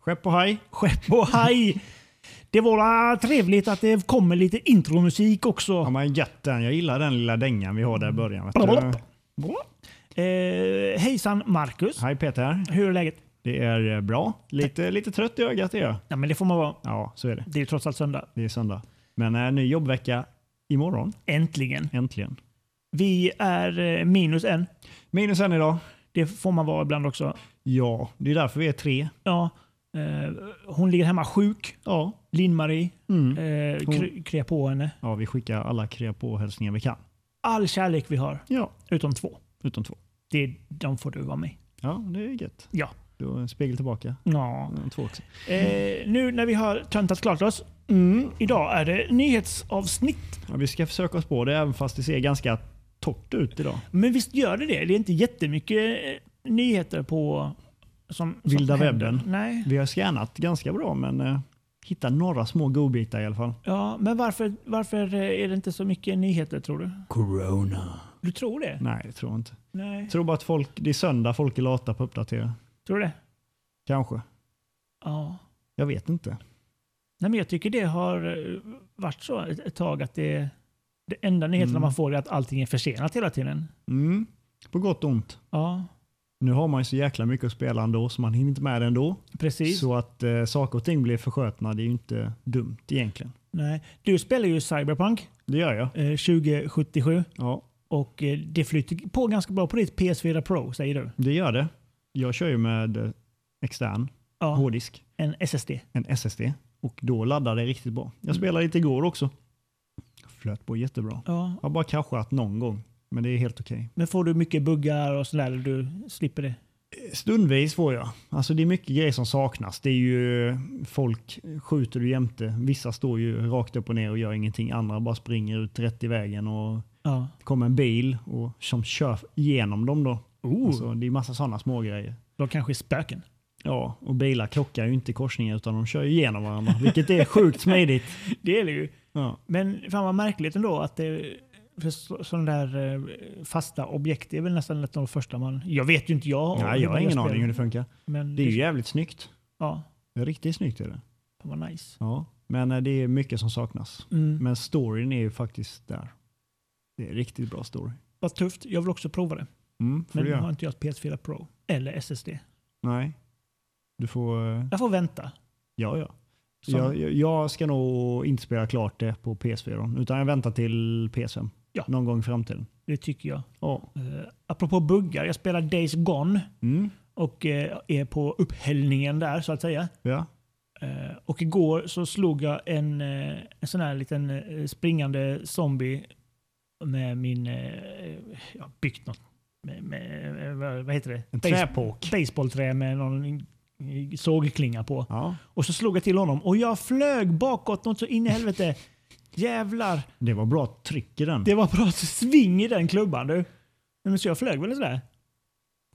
Skepp och haj. Skepp och haj. Det var ah, trevligt att det kommer lite intromusik Ja, också. men gött den. Jag gillar den lilla dängan vi har där i början. vet du. Blablabla. Eh, hejsan Marcus. Hej Peter. Hur är läget? Det är eh, bra. Lite, lite trött i ögat är jag. Ja, men det får man vara. Ja, så är det. Det är ju trots allt söndag. Det är söndag. Men eh, ny jobbvecka imorgon. Äntligen. Äntligen. Vi är eh, minus en. Minus en idag. Det får man vara ibland också. Ja, det är därför vi är tre. Ja, eh, hon ligger hemma sjuk. Ja. Linn-Marie. Mm. Eh, kry- krya på henne. Ja, vi skickar alla krya på hälsningar vi kan. All kärlek vi har, Ja, utom två. utom två. Det, de får du vara med Ja, det är gött. Ja. Du har en spegel tillbaka. Ja. Ja, Två också. Eh, nu när vi har töntat klart oss. Mm. Idag är det nyhetsavsnitt. Ja, vi ska försöka oss på det även fast det ser ganska torrt ut idag. Men visst gör det det? Det är inte jättemycket eh, nyheter på... Som, som Vilda händer. webben. Nej. Vi har skannat ganska bra men eh, hittar några små godbitar i alla fall. Ja, men varför, varför eh, är det inte så mycket nyheter tror du? Corona. Du tror det? Nej, det tror jag inte. Nej. Jag tror bara att folk, det är söndag, folk är lata på att uppdatera. Tror du det? Kanske. Ja. Jag vet inte. Nej, men jag tycker det har eh, varit så ett, ett tag att det, det enda nyheterna Mm. man får är att allting är försenat hela tiden. Mm. På gott och ont. Ja, Nu har man ju så jäkla mycket att spela ändå så man hinner inte med det ändå. precis. Så att eh, saker och ting blir förskjutna, det är ju inte dumt egentligen. Nej. Du spelar ju Cyberpunk Det gör jag. eh, 2077 Ja, och eh, det flyter på ganska bra på ditt PS4 Pro säger du. det gör det. Jag kör ju med eh, extern Ja, hårddisk, en SSD. en SSD och då laddar det riktigt bra. Jag spelade lite igår också. Flöt på jättebra. Ja. Jag har bara kraschat någon gång, men det är helt okej. Men får du mycket buggar och sådär? eller Du slipper det? Stundvis får jag. Alltså det är mycket grejer som saknas. Det är ju folk skjuter du jämte. Vissa står ju rakt upp och ner och gör ingenting. Andra bara springer ut rätt i vägen och Ja. kommer en bil och, som kör igenom dem då. Oh, Alltså, det är massa sådana små grejer. de kanske är spöken. Ja, och bilar krockar ju inte i korsningar utan de kör ju igenom varandra, vilket är sjukt smidigt. Det är det ju. Ja. Men fan vad märkligt ändå att det för så- sådana där eh, fasta objekt är väl nästan ett av de första man... Jag vet ju inte jag. Nej, jag har ingen aning hur det funkar. Men Det är ju jävligt snyggt. Ja, Det är Riktigt snyggt är det. fan vad nice. Ja. Men eh, det är mycket som saknas. Mm. Men storyn är ju faktiskt där. Det är en riktigt bra story. Vad tufft. Jag vill också prova det. Mm, får Men du nu har göra. inte jag ett PS4 Pro eller SSD. Nej. Du får... eh, Jag får vänta. Ja, ja. Som- Jag, jag- jag ska nog inte spela klart det på PS4. Utan jag väntar till PS5. Ja. Någon gång i framtiden. Det tycker jag. Ja. Uh, apropå buggar. Jag spelar Days Gone Mm. och eh, är på upphällningen där så att säga. ja. Eh, och igår så slog jag en, eh, en sån här liten eh, springande zombie med min... eh, jag har byggt något. Med, med, eh, vad- vad heter det? En Base- träpåk. Baseballträ med någon eh, sågklinga på. Ja. Och så slog jag till honom och jag flög bakåt något så in i helvete. Jävlar. Det var bra tryck i den. Det var bra sving i den klubban du. Nej, Men så jag flög väl sådär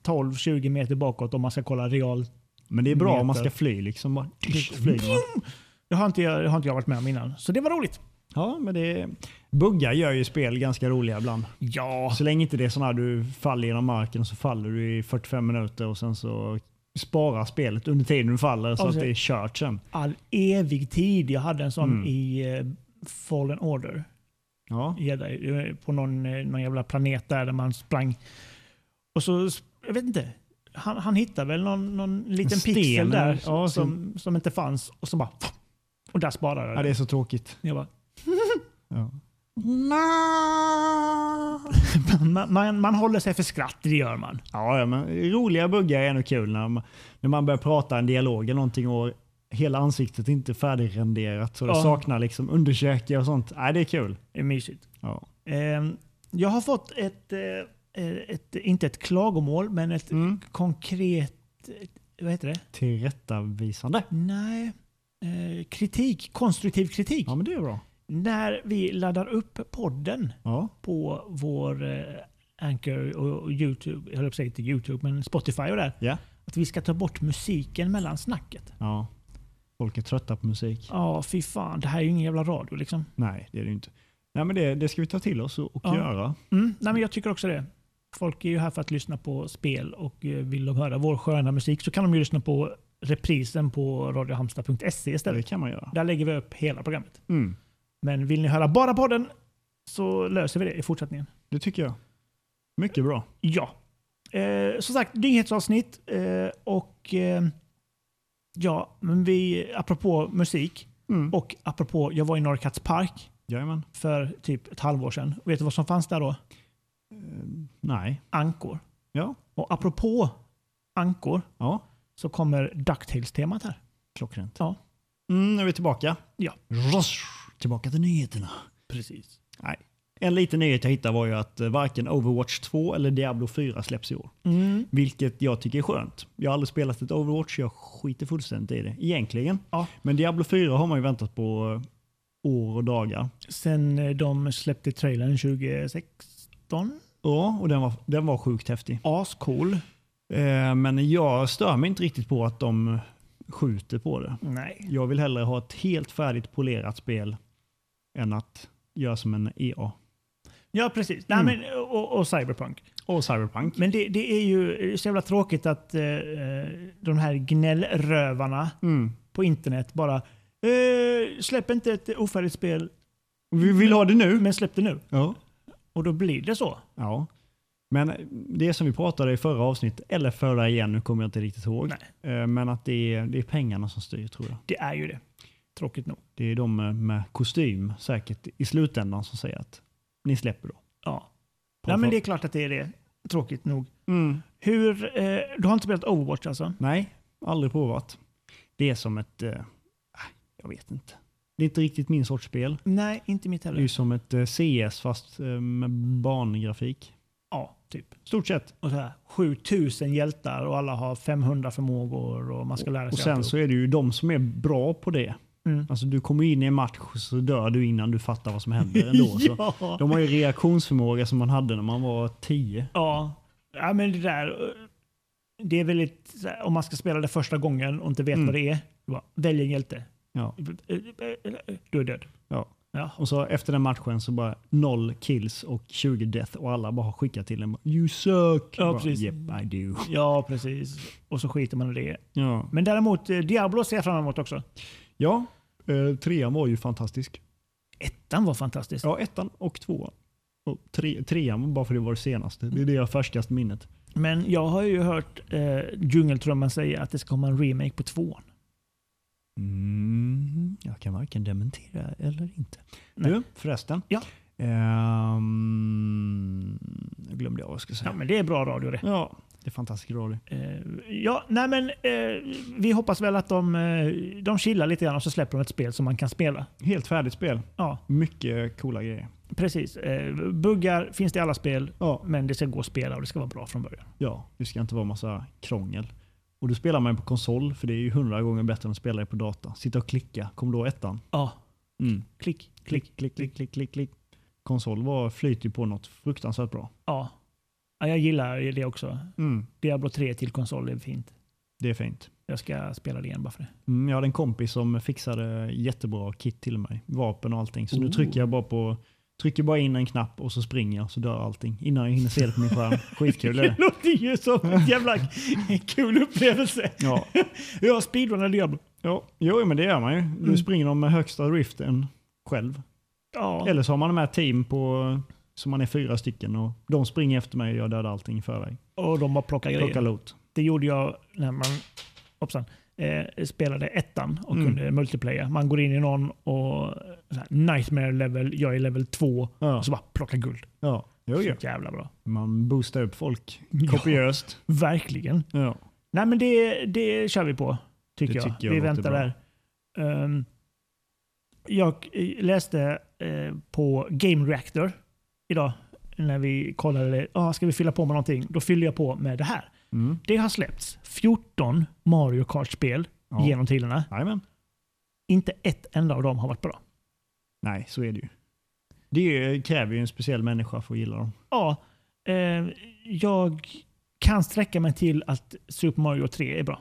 12-20 meter bakåt om man ska kolla real. Men det är bra om man meter. ska fly. Liksom bara, Dysch, flyger man. Det har inte jag, det har inte jag varit med om innan. Så det var roligt. Ja, men det... Buggar gör ju spel ganska roliga ibland. Ja. Så länge inte det är sådana här du faller genom marken och så faller du i 45 minuter och sen så sparar spelet under tiden du faller så Ja, att så- det är kört sen. All evig tid. Jag hade en sån Mm. i eh, Fallen Order. Ja. Jedi, eh, på någon, eh, någon jävla planet där, där man sprang. Och så, sp- jag vet inte. Han, han hittade väl någon, någon liten sten pixel eller- där ja, som, som inte fanns och så bara... Och där sparade ja, jag det det. är så tråkigt. Jag bara, Ja. man, man, man håller sig för skratt, det gör man. Ja, ja, men roliga buggar är ändå kul när man, när man börjar prata en dialog eller någonting och hela ansiktet är inte färdigrenderat så det Ja. saknar liksom underkäke och sånt. Nej, det är kul. Det är mysigt. Ja. Ehm, Jag har fått ett, eh, ett, inte ett klagomål, men ett Mm. konkret... eh, Vad heter det? Tillrättavisande. Nej. Eh, Kritik. Konstruktiv kritik. Ja, men det är bra. När vi laddar upp podden Ja. på vår eh, Anchor och och Youtube, jag höll på att säga inte Youtube, men Spotify och där. Ja. Att vi ska ta bort musiken mellan snacket. ja. Folk är trötta på musik. Ja, fy fan. Det här är ju ingen jävla radio liksom. Nej, det är det ju inte. Nej, men det, det ska vi ta till oss och, och Ja. göra. Mm, nej, men jag tycker också det. Folk är ju här för att lyssna på spel och eh, vill de höra vår sköna musik så kan de ju lyssna på reprisen på radiohamsta.se Det istället. kan man göra. Där lägger vi upp hela programmet. Mm. Men vill ni höra bara podden så löser vi det i fortsättningen. Det tycker jag. Mycket bra. Ja. Eh, som sagt, nyhetsavsnitt. Eh, och eh, ja, men vi, apropå musik Mm. och apropå, jag var i Norrkatts park Jajamän. för typ ett halvår sedan. Vet du vad som fanns där då? Nej. Ankor. Ja. Och apropå ankor Ja. så kommer Ducktails-temat här. Klockrent. Ja. Mm, nu är vi tillbaka. Ja. Rush. Tillbaka till nyheterna. Precis. Nej. En liten nyhet jag hittade var ju att eh, varken Overwatch 2 eller Diablo 4 släpps i år. Mm. Vilket jag tycker är skönt. Jag har aldrig spelat ett Overwatch, jag skiter fullständigt i det. Egentligen. Ja. Men Diablo 4 har man ju väntat på eh, år och dagar. Sen eh, de släppte trailern 2016. Ja, och den var, den var sjukt häftig. Ascool. Eh, men jag stör mig inte riktigt på att de skjuter på det. Nej. Jag vill hellre ha ett helt färdigt polerat spel än att göra som en E EA. Ja, precis. Nej, Mm. men, och, och Cyberpunk. Och Cyberpunk. Men det, det är ju eh, så jävla tråkigt att eh, de här gnällrövarna Mm. på internet bara eh, släpp inte ett ofärdigt spel, Vi vill ha det nu. men släpp det nu. Ja. Och då blir det så. ja. Men det som vi pratade i förra avsnittet, eller förra igen, nu kommer jag inte riktigt ihåg. Eh, Men att det är, det är pengarna som styr tror jag. Det är ju det. Tråkigt nog. Det är de med- med kostym säkert i slutändan som säger att ni släpper då. Ja. Nej, men det är klart att det är det. Tråkigt nog. mm. Hur, eh, du har inte spelat Overwatch alltså? Nej, aldrig provat. Det är som ett, eh, jag vet inte. Det är inte riktigt min sorts spel. Nej, inte mitt Det är heller. ju som ett eh, CS fast eh, med barngrafik. Ja, typ. Stort sett. Och så här, 7000 hjältar och alla har 500 förmågor och man ska lära sig Och sen allt. så är det ju de som är bra på det. Mm. Alltså du kommer in i en match och så dör du innan du fattar vad som händer ändå. så. ja. De har ju reaktionsförmåga som man hade när man var tio. Ja. ja, men det där. eh, Det är väldigt, så här, om man ska spela det första gången och inte vet Mm. vad det är. du bara, Välj en hjälte. Ja. Du är död. Ja. Ja. Och så efter den matchen så bara noll kills och 20 death och alla bara har skickat till en. bara, You suck! Ja, Bara, precis. Yep, I do. ja, precis. Och så skiter man i det. Ja, Men däremot, eh, Diablo ser jag fram emot också. ja eh, trean var ju fantastisk. Ettan var fantastisk. Ja, ettan och tvåan. Och tre, trean var bara för det var det senaste. Det är det jag har färskast minnet. Men jag har ju hört eh, djungeltrumman säga att det ska komma en remake på tvåan. Mm, jag kan varken dementera eller inte. Nej. Du, förresten. Ja. Ehm, jag glömde jag vad jag skulle Ja, säga. men det är bra radio det. Ja, det är fantastisk roll. Eh, ja, nej men eh, vi hoppas väl att de, eh, de chillar lite grann och så släpper de ett spel som man kan spela. Helt färdigt spel. Ja, Mycket coola grejer. precis. Eh, buggar finns det i alla spel, Ja. men det ska gå att spela och det ska vara bra från början. Ja, det ska inte vara massa krångel. Och du spelar man ju på konsol, för det är ju hundra gånger bättre än att spela det på data. Sitta och klicka, kom då ettan. Ja, Mm. klick, Klick, klick. klick, klick, klick, klick, klick. Konsol var, flyter ju på något fruktansvärt bra. Ja. ja, jag gillar ju det också. Mm. Diablo 3 till konsol är fint. Det är fint. Jag ska spela det igen bara för det. Mm, jag hade en kompis som fixade jättebra kit till mig. Vapen och allting. Så nu Oh. trycker jag bara på Trycker bara in en knapp och så springer jag så dör allting innan jag hinner se det på min skärm. Skitkul är det. låter ju som en jävla kul upplevelse. Ja. Jag speedrunnar Diablo. Ja. Jo, men det gör man ju. Du Mm. springer dem med högsta driften själv. Ja. Eller så har man med team på, som man är fyra stycken och de springer efter mig och jag dödar allting i förväg. Och de bara plockar grejer. Plocka loot. Det gjorde jag när man hoppsan, eh, spelade ettan och Mm. kunde multiplayer. Man går in i någon och så här, nightmare level, jag är level två Ja. och så bara plocka guld. Ja. Jo, jo. Så jävla bra. Man boostar upp folk kopiöst. Verkligen. Ja. Nej men det, det kör vi på, tycker Det jag. tycker jag vi låter väntar bra. där. Ehm, jag eh, läste eh, på Game Reactor idag när vi kollade, ah, ska vi fylla på med någonting? Då fyller jag på med det här. Mm. Det har släppts 14 Mario Kart-spel Ja. genom tiderna. Jajamän. Inte ett enda av dem har varit bra. Nej, så är det ju. Det är ju- kräver ju en speciell människa för att gilla dem. Ja, eh, jag kan sträcka mig till att Super Mario 3 är bra.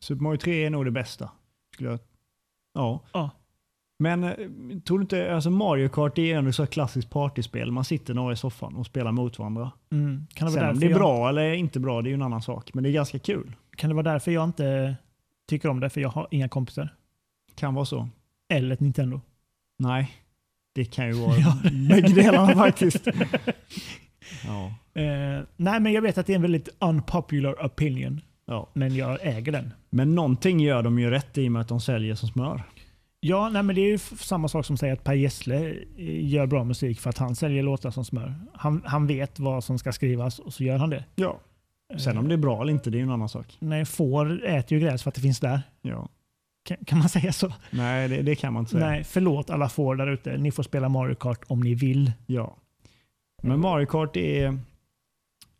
Super Mario 3 är nog det bästa. Skulle jag... Ja. Ja. Men eh, tror du inte, alltså Mario Kart det är ju ändå så här klassiskt partyspel. Man sitter några i soffan och spelar mot varandra. Mm. Kan, det vara Sen om därför det är jag, bra eller inte bra, det är ju en annan sak. Men det är ganska kul. kan det vara därför jag inte tycker om det för jag har inga kompisar. Kan vara så. Eller ett Nintendo. Nej, det kan ju vara bägge delarna faktiskt. Ja. Eh, nej, men jag vet att det är en väldigt unpopular opinion. Ja. Men jag äger den. Men någonting gör de ju rätt i och med att de säljer som smör. Ja, nej, men det är ju f- samma sak som säger att Per Gessle eh, gör bra musik för att han säljer låtar som smör. Han, han vet vad som ska skrivas och så gör han det. Eh, Ja. Sen om det är bra eller inte, det är ju en annan sak. Nej, får äter ju gräs för att det finns där. Ja. Kan, kan man säga så? Nej, det, det kan man inte säga. Nej, förlåt alla får där ute. Ni får spela Mario Kart om ni vill. Ja. Men Mario Kart är...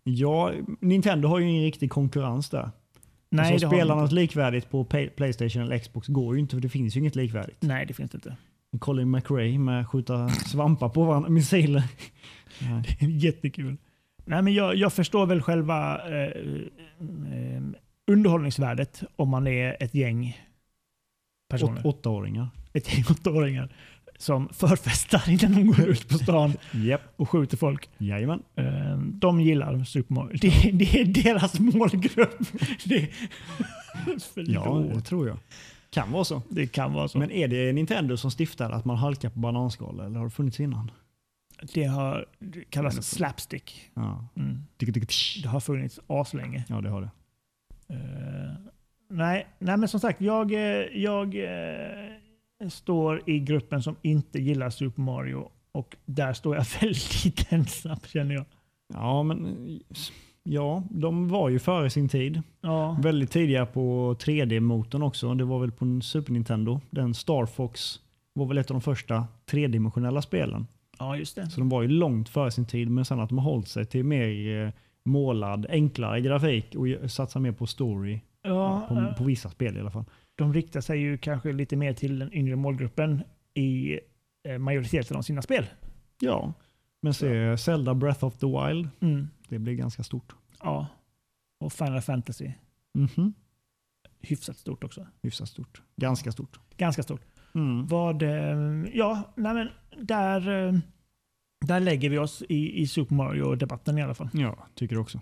Ja, Nintendo har ju ingen riktig konkurrens där. Nej, alltså, det att har spela de något inte. likvärdigt på Pay- Playstation eller Xbox går ju inte för det finns ju inget likvärdigt. Nej, det finns det inte. Colin McRae med skjuta svampar på varandra, missiler. Nej. Jättekul. Nej, men jag, jag förstår väl själva eh, eh, underhållningsvärdet om man är ett gäng Åt, personer. åttaåringar. ett gäng åttaåringar som förfestar innan de går ut på stan Japp. och skjuter folk. Jajamän. Eh, De gillar Super Mario. Det, det är deras målgrupp. Det, Ja, det Förlåt. tror jag. Kan vara så. det kan vara så. Men är det Nintendo som stiftar att man halkar på bananskal eller har det funnits innan? det har det kallas slapstick. Ja. Mm. Tick, tick, tsch. Det har funnits aslänge. Ja, det har det. Eh, nej, nej, men som sagt, jag, eh, jag eh, står i gruppen som inte gillar Super Mario och där står jag väldigt ensam känner jag. Ja, men ja, de var ju före sin tid. Ja, Väldigt tidiga på 3D-motorn också. Det var väl på en Super Nintendo. Den Star Fox var väl ett av de första tredimensionella spelen. ja just det. Så de var ju långt före sin tid. Men sen att de har hållit sig till mer eh, målad, enklare grafik och ju- satsar mer på story. Ja, På, eh, på vissa spel i alla fall. de riktar sig ju kanske lite mer till den yngre målgruppen i eh, majoriteten av sina spel. Ja. Men se Zelda Breath of the Wild. Mm. Det blev ganska stort. Ja. Och Final Fantasy, Mhm. hyfsat stort också. Hyfsat stort. Ganska stort. Ganska stort. Mm. Vad, eh, ja, nej men där, eh, där lägger vi oss i, i Super Mario-debatten i alla fall. Ja, tycker också.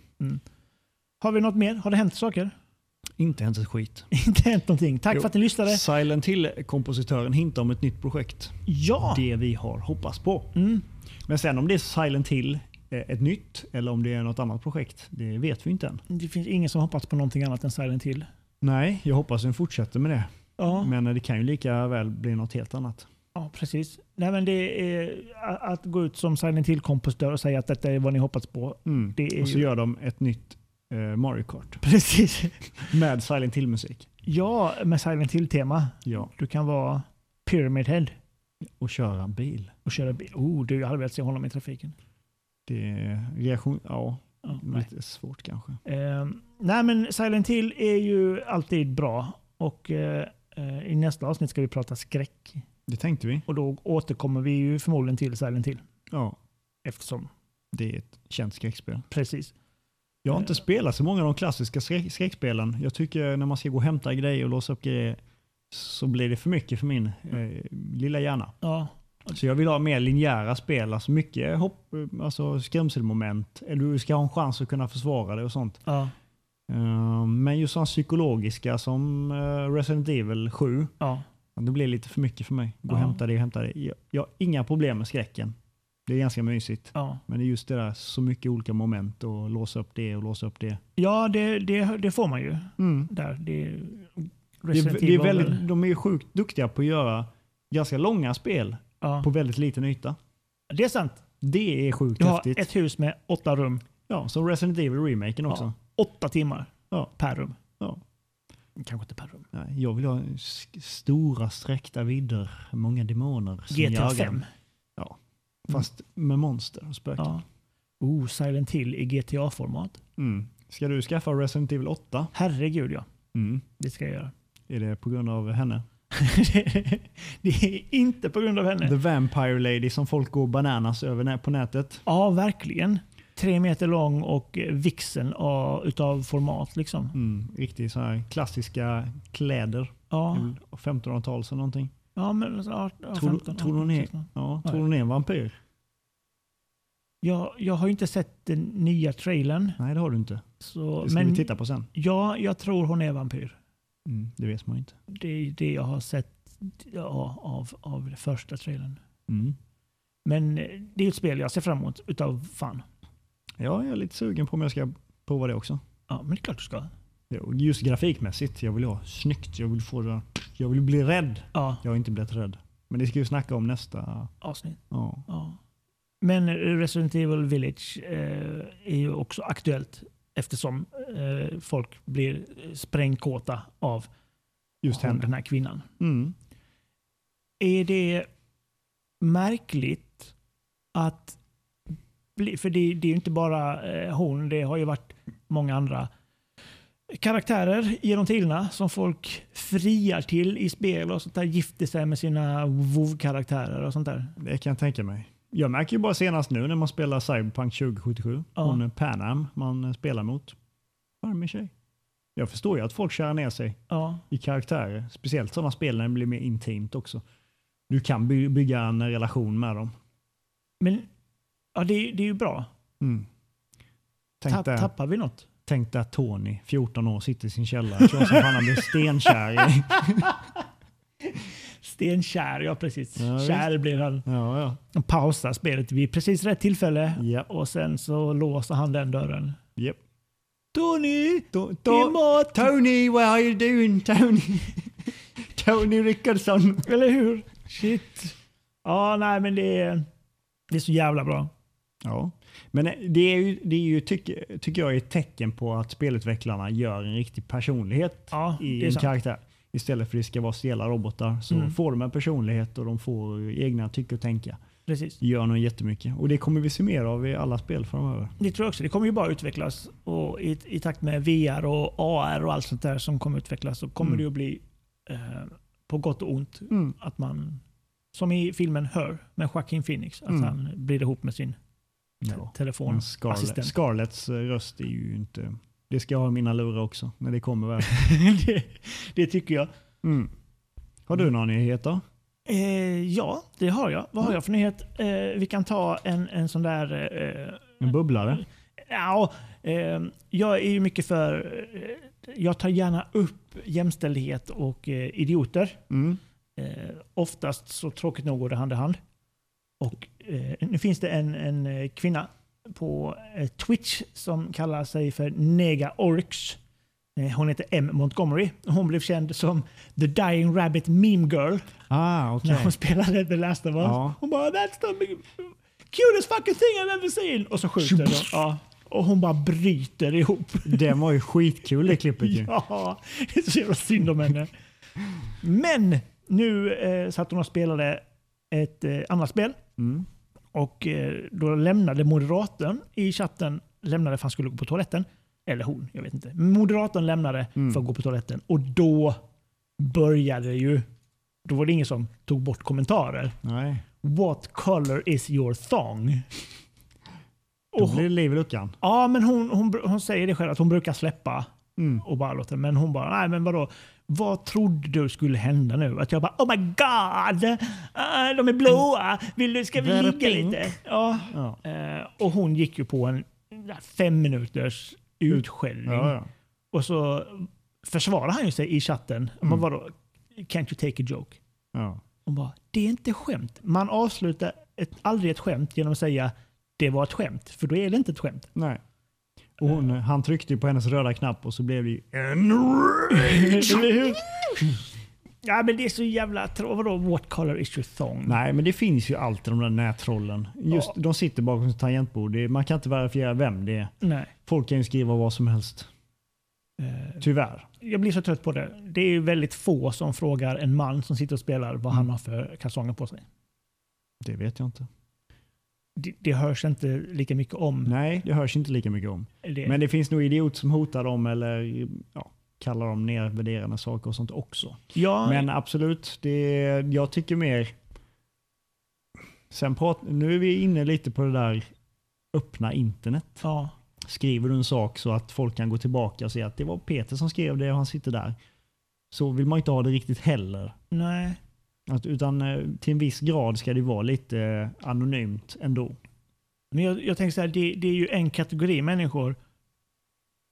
Har vi något mer? Har det hänt saker? Inte ens ett skit. Inte hänt någonting. Tack Jo. för att ni lyssnade. Silent Hill-kompositören hintar om ett nytt projekt. Ja! Det vi har hoppats på. Mm. Men sen om det är Silent Hill, eh, ett nytt, eller om det är något annat projekt, det vet vi inte än. Det finns ingen som hoppats på någonting annat än Silent Hill. Nej, jag hoppas den fortsätter med det. Ja, Men eh, det kan ju lika väl bli något helt annat. ja precis. Nej, men det är, a- att gå ut som Silent Hill-kompositör och säga att detta är vad ni hoppats på. Mm. Det är Och så ju... gör de ett nytt eh, Mario Kart Precis. med Silent Hill-musik. Ja, med Silent Hill-tema. Ja, Du kan vara Pyramid Head och köra bil. och köra bil. Oh, du, jag hade velat se honom i trafiken. Det är reaktion, ja, Ja, nej. lite svårt kanske. Ehm, nej, men Silent Hill är ju alltid bra. Och eh, eh, i nästa avsnitt ska vi prata skräck. Det tänkte vi. Och då återkommer vi ju förmodligen till Silent Hill. Ja, Eftersom, det är ett känt skräckspel. precis. Jag har inte spelat så många av de klassiska skräck, skräckspelen. Jag tycker när man ska gå och hämta grejer och låsa upp grejer så blir det för mycket för min eh, lilla hjärna. Ja, Så jag vill ha mer linjära spel, alltså mycket hopp, alltså skrämselmoment. Eller Du ska ha en chans att kunna försvara dig och sånt. ja, Eh, men just sådana psykologiska som eh, Resident Evil 7, ja. det blir lite för mycket för mig. Gå och Ja. hämta det och hämta det. Jag, jag har inga problem med skräcken. Det är ganska mysigt. ja. Men det är just det där, så mycket olika moment och låsa upp det och låsa upp det. ja det, det, det får man ju Mm. där. Det, är Det är, Resident det är Evil- väldigt, de är ju sjukt duktiga på att göra ganska långa spel ja. på väldigt liten yta. Det är sant. Det är sjukt Du har häftigt. ett hus med åtta rum. Ja, som Resident Evil remaken också. Ja, åtta timmar Ja. per rum. Ja. Kanske inte per rum. Nej, jag vill ha sk- stora sträckta vidder, många demoner som GTA jagar. 5. Fast med monster och spöken. Ja. Oh, Silent Hill i GTA-format. Mm. Ska du skaffa Resident Evil 8? Herregud ja, Mm. det ska jag göra. Är det på grund av henne? det är inte på grund av henne. The Vampire Lady som folk går bananas över nä- på nätet. Ja, verkligen. Tre meter lång och eh, vixen av, utav format. liksom. Mm. Riktigt så här klassiska kläder. Ja, Det är väl 1500-tals eller någonting. ja men så 18, Mm. Tror du- 15, tror du 18, ni- 16. Ja, Ja. tror hon är en vampyr? Jag, jag har ju inte sett den nya trailern. Nej, det har du inte. Så, Det ska men vi titta på sen. ja, jag tror hon är vampyr. Mm, det vet man ju inte. Det är det jag har sett ja, av, av första trailern. Mm. Men eh, det är ett spel jag ser fram emot utav fan. Ja, jag är lite sugen på om jag ska prova det också. Ja, men det är klart du ska. Jo, Just grafikmässigt. Jag vill ha snyggt. Jag vill, få det. jag vill bli rädd. Ja, Jag har inte blivit rädd. Men det ska vi snacka om nästa. avsnitt. Ja. Ja. Men Resident Evil Village eh, är ju också aktuellt eftersom eh, folk blir sprängkåta av Just hon, henne. den här kvinnan. Mm. Är det märkligt att... Bli, för det, det är ju inte bara eh, hon, det har ju varit många andra karaktärer genom tiderna som folk friar till i spel och sånt där. Gifter sig med sina WoW-karaktärer och sånt där. Det kan jag tänka mig. Jag märker ju bara senast nu när man spelar Cyberpunk 2077. Ja. Hon är Pan Am man eh, spelar mot. Charmig tjej. Jag förstår ju att folk kär ner sig Ja. i karaktärer. Speciellt sådana spel när det blir mer intimt också. Du kan by- bygga en relation med dem. Men ja, det, är- det är ju bra. Mm. Ta, Tänk dig- tappar vi något? Tänk dig att Tony, 14 år, sitter i sin källare. Jag tror som fan han blir stenkär i. Stenkär, ja precis. Ja, visst. Kär blir han. Ja, ja. Han pausar spelet vid precis rätt tillfälle Japp. och sen så låser han den dörren. Japp. Tony! To- Det är to- mat! Tony, what are you doing Tony? Tony Rickardsson. Eller hur? Shit. Ja, nej men det är, det är så jävla bra. Ja, men det är ju, det är ju tycker, tycker jag är ett tecken på att spelutvecklarna gör en riktig personlighet Ja, det i är en sant. karaktär. Istället för att det ska vara stela robotar så Mm. får de en personlighet och de får egna tycke och tänka. Precis. Det gör nog jättemycket. Och det kommer vi se mer av i alla spel framöver. Det tror jag också. Det kommer ju bara utvecklas och i, i takt med VR och AR och allt sånt där som kommer utvecklas så kommer Mm. det ju bli eh, på gott och ont Mm. att man, som i filmen Hör med Joaquin Phoenix, att Mm. han blir ihop med sin te- Ja. Mm. telefon. Men Scarlet, assistent. Scarlets eh, röst är ju inte... Det ska jag ha i mina lurar också när det kommer väl. det, det tycker jag. Mm. Har du några nyheter? Eh, ja, det har jag. Mm. Vad har jag för nyhet? Eh, vi kan ta en, en sån där... Eh, En bubblare? ja, eh, jag är ju mycket för... Eh, jag tar gärna upp jämställdhet och eh, idioter. Mm. Eh, oftast så tråkigt nog går det hand i hand. Och eh, nu finns det en, en eh, kvinna på eh, Twitch som kallar sig för Nega Orks. Eh, hon heter M Montgomery. Hon blev känd som The Dying Rabbit Meme Girl Ah, okej. när hon spelade The Last of Us. Ja. Hon bara “That's the big- cutest fucking thing I've ever seen” och så skjuter hon. Ja. Och hon bara bryter ihop. Det var ju skitkul det klippet ju. Ja, det är så jävla synd om henne. Men nu eh, satt hon och spelade ett eh, annat spel Mm. och eh, då lämnade moderatorn i chatten, lämnade för han skulle gå på toaletten. Eller hon, jag vet inte. Moderatorn lämnade Mm. för att gå på toaletten och då började det ju. Då var det ingen som tog bort kommentarer. Nej, What color is your thong? då Och, blir det liv i luckan. ja, men hon, hon, hon säger det själv att hon brukar släppa Mm. och bara låter. Men hon bara, nej men vadå? Vad trodde du skulle hända nu? Att jag bara, oh my god! Ah, de är blåa! Vill du, ska vi Very ligga pink. lite? Ja. Ja. Eh, och hon gick ju på en där fem minuters utskällning. Ja, ja. Och så försvarade han ju sig i chatten. Mm. Mm. vadå? Can't you take a joke? Ja. Hon bara, det är inte skämt. Man avslutar ett, aldrig ett skämt genom att säga det var ett skämt, för då är det inte ett skämt. Nej. Och hon, han tryckte ju på hennes röda knapp och så blev det ju en rage. Eller hur? Ja, men det är så jävla tråkigt. Vadå what color is your thong? Nej, men det finns ju alltid de där nättrollen. Just, De sitter bakom sitt tangentbord. Det, man kan inte verifiera vem det är. Nej. Folk kan ju skriva vad som helst. Eh, Tyvärr. Jag blir så trött på det. Det är ju väldigt få som frågar en man som sitter och spelar vad Mm. han har för kalsonger på sig. Det vet jag inte. Det, det hörs inte lika mycket om Nej, det hörs inte lika mycket om. det. Men det finns nog idiot som hotar dem eller ja, kallar dem nedvärderande saker och sånt också. ja, Men absolut, det, jag tycker mer... Sen prat, nu är vi inne lite på det där öppna internet. ja, Skriver du en sak så att folk kan gå tillbaka och se att det var Peter som skrev det och han sitter där. Så vill man inte ha det riktigt heller. nej. Att, utan eh, till en viss grad ska det vara lite eh, anonymt ändå. Men jag, jag tänker så här, det, det är ju en kategori människor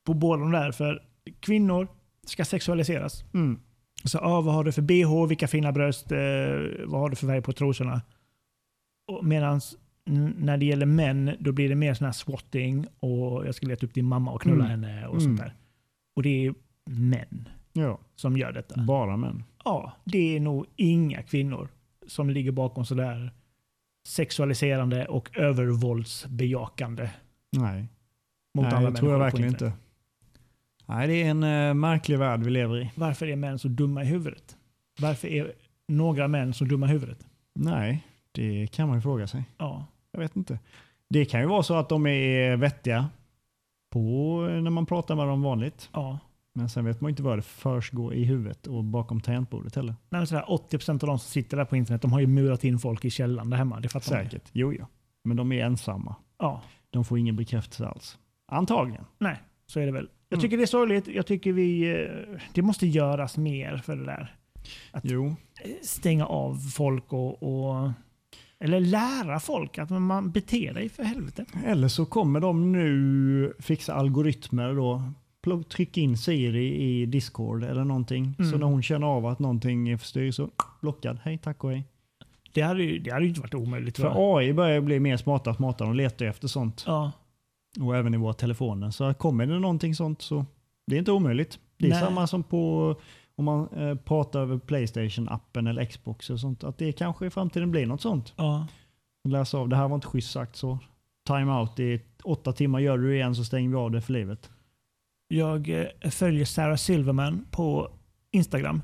på båda de där. För kvinnor ska sexualiseras. Mm. Så, ah, vad har du för bh, vilka fina bröst, eh, vad har du för färg på trosorna? Medan när det gäller män, då blir det mer sån här swatting och jag ska leta upp din mamma och knulla Mm. henne och Mm. sånt där. Och det är män Ja, som gör detta. bara män. Ja, det är nog inga kvinnor som ligger bakom sådär sexualiserande och övervåldsbejakande Nej, mot Nej jag andra tror människor jag på verkligen internet. inte. Nej, det är en eh, märklig värld vi lever i. Varför är män så dumma i huvudet? Varför är några män så dumma i huvudet? Nej, det kan man ju fråga sig. Ja, Jag vet inte. Det kan ju vara så att de är vettiga på när man pratar med dem vanligt. ja. Men sen vet man ju inte vad det försiggår i huvudet och bakom tangentbordet heller. Nej, men sådär, 80% av de som sitter där på internet de har ju murat in folk i källaren där hemma. Det fattar man ju. Säkert. Jo, jo. Men de är ensamma. Ja, De får ingen bekräftelse alls. Antagligen. nej, så är det väl. Jag Mm. tycker det är sorgligt. Jag tycker vi, eh, det måste göras mer för det där. Jo. stänga av folk och, och eller lära folk att man beter dig för helvete. Eller så kommer de nu fixa algoritmer då. Pl- Tryck in Siri i Discord eller någonting. Så Mm. när hon känner av att någonting är för styr så blockad. Hej, tack och hej. Det hade ju, det hade ju inte varit omöjligt. va? För AI börjar bli mer smarta och smarta. De letar ju efter sånt. ja. och även i våra telefoner. Så kommer det någonting sånt så det är inte omöjligt. Det är Nej. samma som på om man eh, pratar över Playstation-appen eller Xbox och sånt. Att det kanske i framtiden blir något sånt. Ja. Läs av, det här var inte schysst sagt så. Time-out i åtta timmar. Gör du det igen så stänger vi av det för livet. Jag eh, följer Sarah Silverman på Instagram.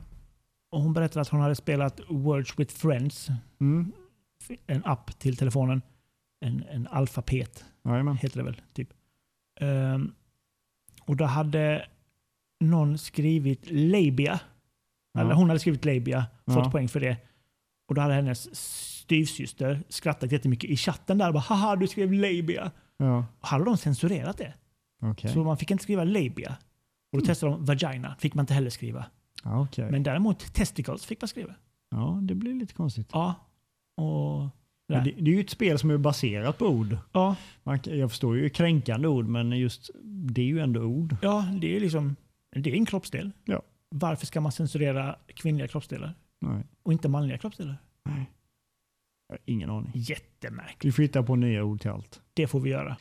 Och hon berättade att hon hade spelat Words with Friends, Mm. en app till telefonen. En, en alfabet Jajamän. heter det väl. typ. Ehm, och då hade någon skrivit labia. Ja. Eller hon hade skrivit labia, fått Ja. poäng för det. Och då hade hennes styvsyster skrattat jättemycket i chatten där. Bara, Haha, du skrev labia. Ja, Och hade de censurerat det. okej. Mm. Så man fick inte skriva labia. Och då testade de vagina. fick man inte heller skriva. Ja, okej. Men däremot testicles fick man skriva. ja, det blir lite konstigt. Ja. Och, Men Det, det är ju ett spel som är baserat på ord. ja, Man, kan- jag förstår ju kränkande ord, men just det är ju ändå ord. ja, det är ju liksom det är en kroppsdel. Ja. Varför ska man censurera kvinnliga kroppsdelar? Nej, och inte manliga kroppsdelar. jag har ingen aning. Jättemärkligt. Vi får hitta på nya ord till allt. Det får vi göra.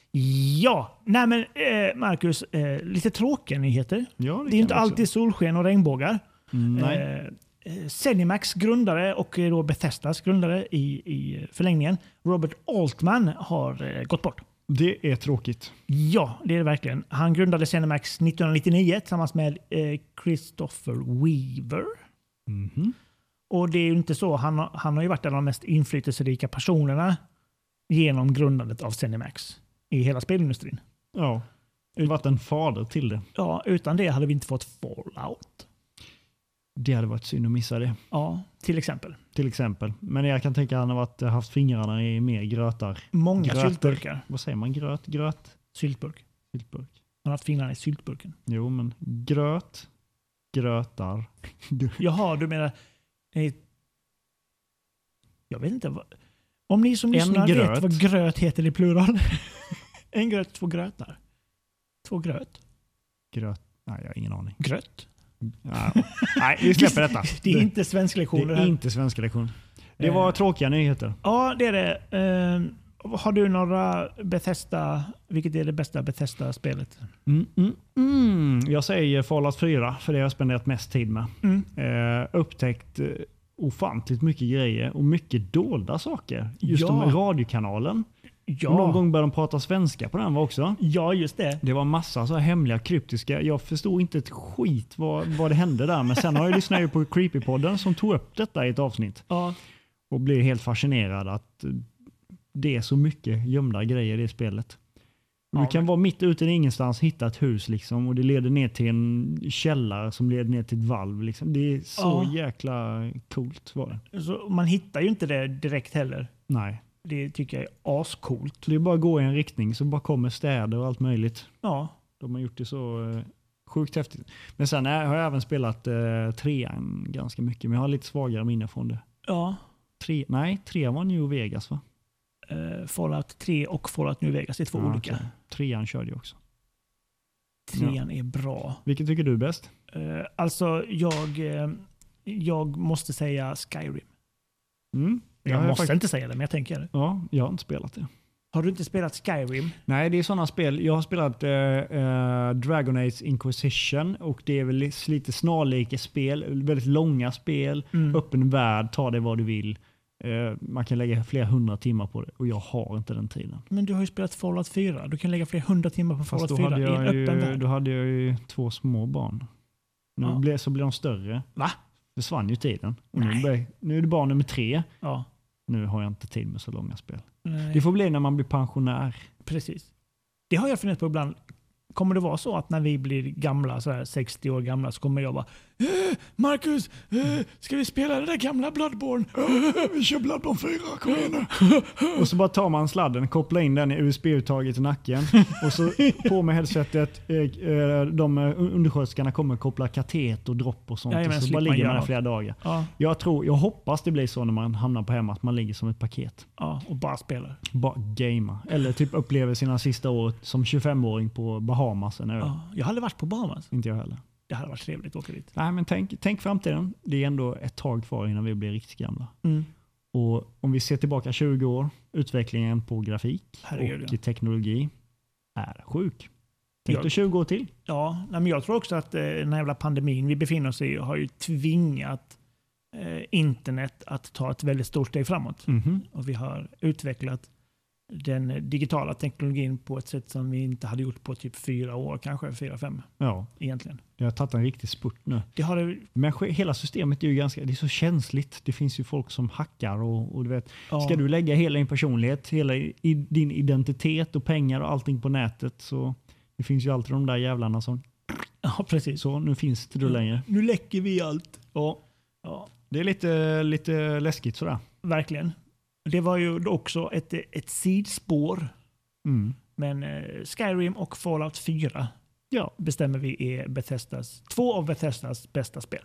Ja, nej men eh, Marcus, eh, lite tråkiga nyheter. Ja, det, Det är ju inte kan också. alltid solsken och regnbågar. Nej. Eh, Eh, Zenimax grundare och eh, då Bethesdas grundare i, i förlängningen, Robert Altman, har eh, gått bort. Det är tråkigt. Ja, det är det verkligen. Han grundade Zenimax 1999 tillsammans med eh, Christopher Weaver. Mhm. Och det är ju inte så. Han, har- han har ju varit en av de mest inflytelserika personerna genom grundandet av Zenimax i hela spelindustrin. Ja. Det har varit en fader till det. Ja, utan det hade vi inte fått Fallout. Det hade varit synd att missa det. Ja, till exempel. Till exempel. Men jag kan tänka att han har varit, haft fingrarna i mer grötar. Många Gröter. syltburkar. Vad säger man? Gröt? Gröt? Syltburk. Syltburk? Han har haft fingrarna i syltburken. Jo, men gröt. Grötar. Jaha, du menar... Nej. Jag vet inte. Vad, om ni som En lyssnar gröt. vet vad gröt heter i plural. en gröt, två grötar. Två gröt. Gröt. Nej, jag har ingen aning. Gröt. Ja. Nej, vi släpper detta. Det är Det- inte Det svensklektioner är här. inte svenska lektion. Det var Eh. tråkiga nyheter. Ja, det är det. Ehm, har du några Bethesda, vilket är det bästa Bethesda-spelet? Mm, mm, mm. Jag säger Fallout 4, för det har jag spenderat mest tid med. Mm. eh, upptäckt eh, ofantligt mycket grejer och mycket dolda saker. Just Ja. de med radiokanalen. Ja. Någon gång började de prata svenska på den var också. ja, just det. Det var massa så här hemliga kryptiska. Jag förstod inte ett skit vad, vad det hände där. Men sen har jag lyssnat ju på Creepypodden som tog upp detta i ett avsnitt Ja. och blev helt fascinerad att eh, det är så mycket gömda grejer i det spelet. Och Ja, du kan men- vara mitt ute i ingenstans, hitta ett hus liksom, och det leder ner till en källare som leder ner till ett valv. Liksom. Det är så jäkla coolt. Var det. Så man hittar ju inte det direkt heller. Nej. Det tycker jag är ascoolt. Det är bara att gå i en riktning så bara kommer städer och allt möjligt. Ja. De har gjort det så eh, sjukt häftigt. Men sen är, har jag även spelat eh, trean ganska mycket, men jag har lite svagare minne från det. ja. Tre, nej, trean var New Vegas va? Eh, Fallout 3 och Fallout New Vegas är två Ja, olika. okej. Trean körde jag också. Trean är bra. Vilket tycker du är bäst? Eh, alltså, jag, eh, jag måste säga Skyrim. Mm. Jag, har måste fakt- inte säga det, men jag tänker det. Ja, jag har inte spelat det. Har du inte spelat Skyrim? Nej, det är sådana spel. Jag har spelat eh, eh, Dragon Age Inquisition och det är väl lite snarlika spel. Väldigt långa spel. Mm. Öppen värld, ta det vad du vill. Eh, man kan lägga flera hundra timmar på det och jag har inte den tiden. Men du har ju spelat Fallout 4. Du kan lägga flera hundra timmar på Fast Fallout då 4 hade, i en jag öppen ju, värld. då hade jag ju två små barn. Nu Ja. blev, så blev de större. Va? Försvann ju tiden. Och Nej. nu, börjar- nu är det barn nummer tre. Ja. Nu har jag inte tid med så långa spel. Nej, Det får bli när man blir pensionär. Precis. Det har jag funderat på ibland. Kommer det vara så att när vi blir gamla, så här 60 år gamla, så kommer jag bara "Eh, Marcus, eh, ska vi spela det där gamla Bloodborne? Eh, Vi kör Bloodborne 4, kom igen nu. Och så bara tar man sladden, kopplar in den i USB-uttaget i nacken och så på med headsetet. eh, eh, De eh, undersköterskorna kommer koppla katet och dropp och sånt. Jajamän, och så slipper bara man ligger göra man där något. flera dagar. Ja, Jag, tror, jag hoppas det blir så när man hamnar på hemma att man ligger som ett paket. ja, och bara spelar. Bara gamea. Eller typ upplever sina sista år som 25-åring på Bahamas. En ö. Ja. Jag har aldrig varit på Bahamas. Inte jag heller. Det hade varit trevligt att åka dit. Nej, men tänk, tänk framtiden. Det är ändå ett tag kvar innan vi blir riktigt gamla. Och om vi ser tillbaka 20 år, utvecklingen på grafik Herregud, och teknologi är sjuk. Tänk Jag- dig 20 år till. Ja, nej, men jag tror också att eh, den här jävla pandemin vi befinner oss i har ju tvingat eh, internet att ta ett väldigt stort steg framåt. Mhm. Och vi har utvecklat den digitala teknologin på ett sätt som vi inte hade gjort på typ fyra år, kanske fyra, fem Ja, egentligen. jag har tagit en riktig spurt nu. Det har det... Men ske- hela systemet är ju ganska, det är så känsligt. Det finns ju folk som hackar och, och du vet. Ja, Ska du lägga hela din personlighet, hela i, i din identitet och pengar och allting på nätet så det finns ju alltid de där jävlarna som, ja precis. så nu finns det du längre. Nu läcker vi allt. Ja, Ja, Mm. det är lite, lite läskigt sådär. verkligen. Det var ju också ett, ett sidspår, Mm. men eh, Skyrim och Fallout 4 Ja. bestämmer vi är Bethesdas, två av Bethesdas bästa spel.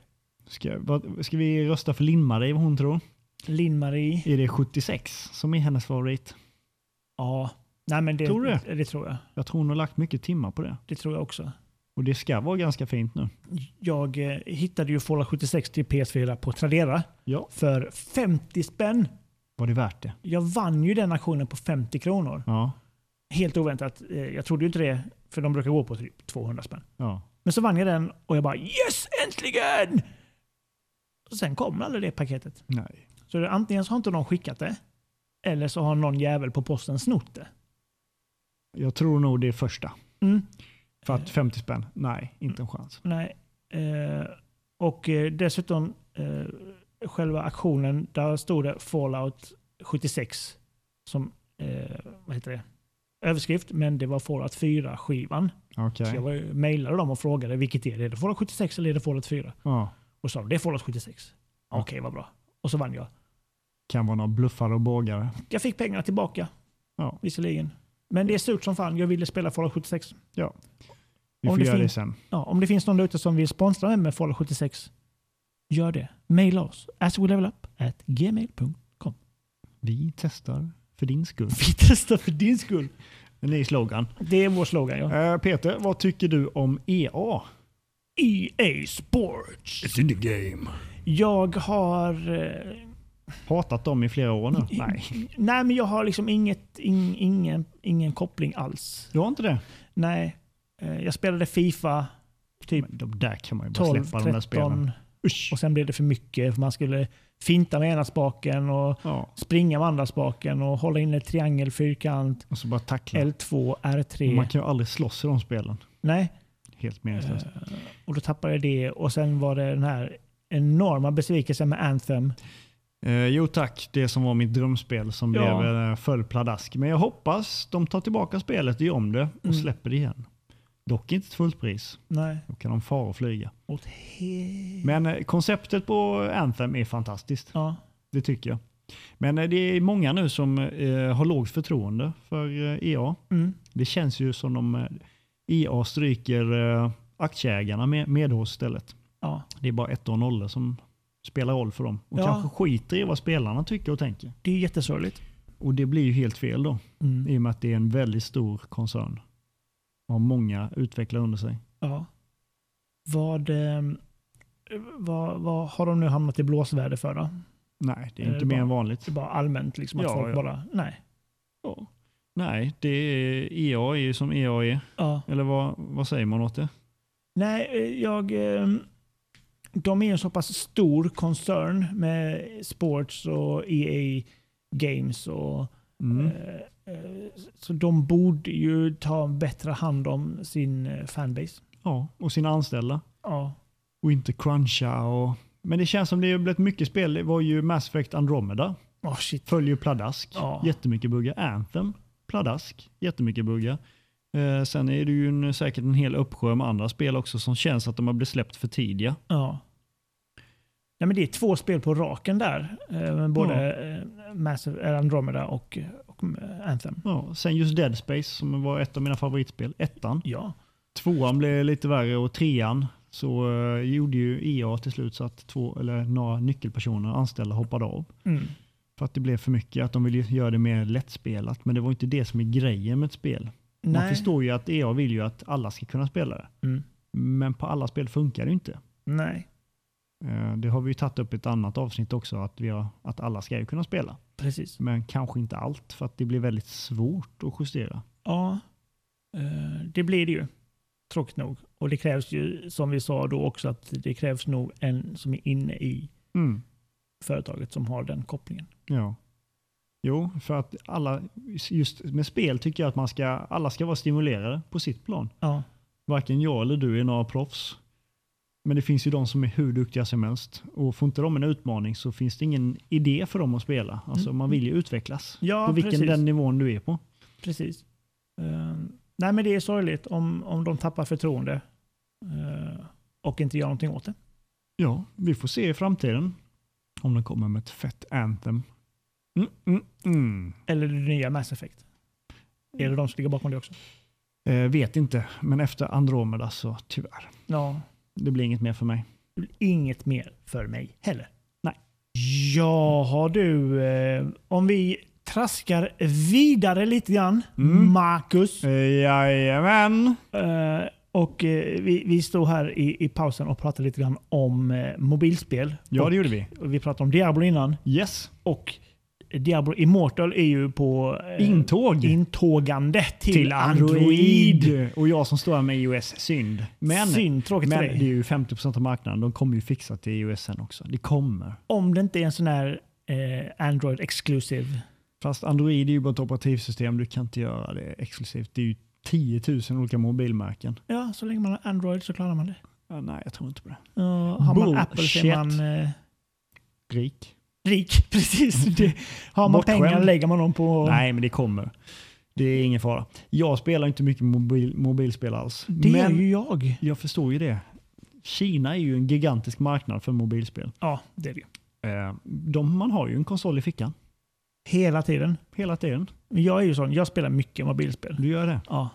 Ska, vad, ska vi rösta för Lind-Marie, vad hon tror? Linn-Marie. Är det 76 som är hennes favorit? Ja. Nej, men det, Tror du det? tror jag. Jag tror hon har lagt mycket timmar på det. Det tror jag också. Och det ska vara ganska fint nu. Jag eh, hittade ju Fallout 76 till PS4 på Tradera Ja. för 50 spänn. Var det värt det? Jag vann ju den auktionen på 50 kronor. Ja. Helt oväntat. Eh, jag trodde ju inte det, för de brukar gå på typ 200 spänn. ja. Men så vann jag den och jag bara yes, äntligen! Och sen kom aldrig det paketet. Nej. Så det, antingen så har inte någon skickat det, eller så har någon jävel på posten snott det. Jag tror nog det är första. Mm. För att 50 spänn? Nej, inte en chans. Nej. Eh, och eh, dessutom eh, själva aktionen, där stod det Fallout 76 som eh, vad heter det? överskrift, men det var Fallout 4-skivan. Så Okej. jag var, ju- mejlade dem och frågade vilket är det? Är det Fallout 76 eller är det Fallout 4? Ja. Och sa de, det är Fallout 76. Okej, vad bra. Och så vann jag. Kan vara några bluffare och bågare. Jag fick pengarna tillbaka, Ja. visserligen. Men det är surt som fan. Jag ville spela Fallout 76. Vi Om får det göra det finns- sen. Ja, om det finns någon där ute som vill sponsra mig med Fallout 76, gör det. Maila oss. aswelevelup.gmail.com Vi testar för din skull. Vi testar för din skull. En ny slogan. Det är vår slogan. Ja. Eh, Peter, vad tycker du om E EA? EA E Sports. in the game. Jag har... eh, Hatat dem i flera år nu. Nej. Nej, men jag har liksom inget, ing- ingen, ingen koppling alls. Du har inte det? Nej. Eh, Jag spelade Fifa typ Men de där kan man ju bara 12, släppa de där spelen. 13 Usch. och sen blev det för mycket. För man skulle finta med ena spaken och Ja. springa med andra spaken och hålla inne triangel, fyrkant, Och så bara tackla. L2, R3. Man kan ju aldrig slåss i de spelen. Nej. Helt meningslöst. Eh. Och då tappade jag det och sen var det den här enorma besvikelsen med Anthem. Eh, jo tack, det som var mitt drömspel som Ja. blev eh, föll pladask. Men jag hoppas de tar tillbaka spelet, och gör om det och Mm. släpper det igen. Dock inte till fullt pris. Nej. Då kan de fara och flyga. Åt he- Men eh, konceptet på Anthem är fantastiskt. Mm. ja. Det tycker jag. Men eh, det är många nu som eh, har lågt förtroende för eh, EA. Mm. Det känns ju som de eh, EA stryker eh, aktieägarna med, med oss istället. ja. Det är bara ett och nollor som spelar roll för dem. Och Ja. kanske skiter i vad spelarna tycker och tänker. Det är ju jättesorgligt. Och det blir ju helt fel då. Mm. I och med att det är en väldigt stor koncern. och har många utvecklare under sig. Ja. Vad, eh, vad, vad har de nu hamnat i blåsväder för då? Nej, det är Är inte det mer Eh, bara- än vanligt. Det är bara allmänt liksom att Ja, folk ja. bara, nej. Ja. Nej, det är EA är ju som EA är. Ja. Eller vad, vad säger man åt det? Nej, eh, jag... eh, De är en så pass stor koncern med sports och EA Games. och Mm. eh, eh, Så de borde ju ta bättre hand om sin eh, fanbase. Ja, och sina anställda. Ja, Och inte cruncha och... Men det känns som det har blivit mycket spel. Det var ju Mass Effect Andromeda. oh, shit. Följer ju pladask. Ja. Jättemycket buggar. Anthem. Pladask. Jättemycket buggar. Eh, sen är det ju en, säkert en hel uppsjö med andra spel också som känns att de har blivit släppt för tidiga. Ja. Nej, men det är två spel på raken där. eh, med Både ja. Massive eller Andromeda och, och eh, Anthem. Ja, sen just Dead Space som var ett av mina favoritspel. Ettan. Ja. Tvåan blev lite värre och trean så eh, gjorde ju EA till slut så att två, eller några nyckelpersoner anställda hoppade av. Mm. För att det blev för mycket, att de ville ju göra det mer lättspelat. Men det var inte det som är grejen med ett spel. Man Nej. förstår ju att EA vill ju att alla ska kunna spela det. Mm. Men på alla spel funkar det ju inte. Nej, Eh, Det har vi ju tagit upp i ett annat avsnitt också, att, vi har, att alla ska ju kunna spela. precis. Men kanske inte allt, för att det blir väldigt svårt att justera. Ja, eh, det blir det ju. Tråkigt nog. Och det krävs ju, som vi sa då också, att det krävs nog en som är inne i Mm. företaget som har den kopplingen. Ja. Jo, för att alla, just med spel tycker jag att man ska, alla ska vara stimulerade på sitt plan. Ja, Varken jag eller du är några proffs. Men det finns ju de som är hur duktiga som helst. Och får inte de en utmaning så finns det ingen idé för dem att spela. Alltså Mm. man vill ju utvecklas. ja på vilken precis. den nivån du är på. precis. Eh, nej, men det är sorgligt om, om de tappar förtroende eh, och inte gör någonting åt det. Ja, vi får se i framtiden. Om den kommer med ett fett anthem. Mm, mm, mm. Eller det nya Mass Effect. Är det de som ligger bakom det också? Eh, vet inte, men efter Andromeda så tyvärr. Ja. Det blir inget mer för mig. Inget mer för mig heller. Nej. Jaha du, eh, om vi traskar vidare lite grann, Mm. Marcus. Eh, jajamän. Eh, och eh, vi, vi stod här i, i pausen och pratade lite grann om eh, mobilspel. Ja, och, det gjorde vi. och vi pratade om Diablo innan. Yes. Och Diablo Immortal är ju på eh, Intåg. intågande till, till Android. Android. Och jag som står här med iOS, synd. Men, Synd, tråkigt men det för är dig. ju 50% av marknaden. De kommer ju fixa till iOS sen också. Det kommer. Om det inte är en sån här eh, Android exclusive. Fast Android är ju bara ett operativsystem. Du kan inte göra det exklusivt. Det är ju 10 000 olika mobilmärken. Ja, så länge man har Android så klarar man det. Ja, nej, jag tror inte på det. Ja, har man Bullshit. Apple så är man eh, Rik? rik. Precis. Det, har man Bortskämd. pengar lägger man dem på... Nej, men det kommer. Det är ingen fara. Jag spelar inte mycket mobil, mobilspel alls. det gör men ju jag. jag förstår ju det. Kina är ju en gigantisk marknad för mobilspel. Ja, det är det. Eh, De, man har ju en konsol i fickan Hela tiden. hela tiden. Men Jag är ju sån. Jag spelar mycket mobilspel. Du gör det. Ja.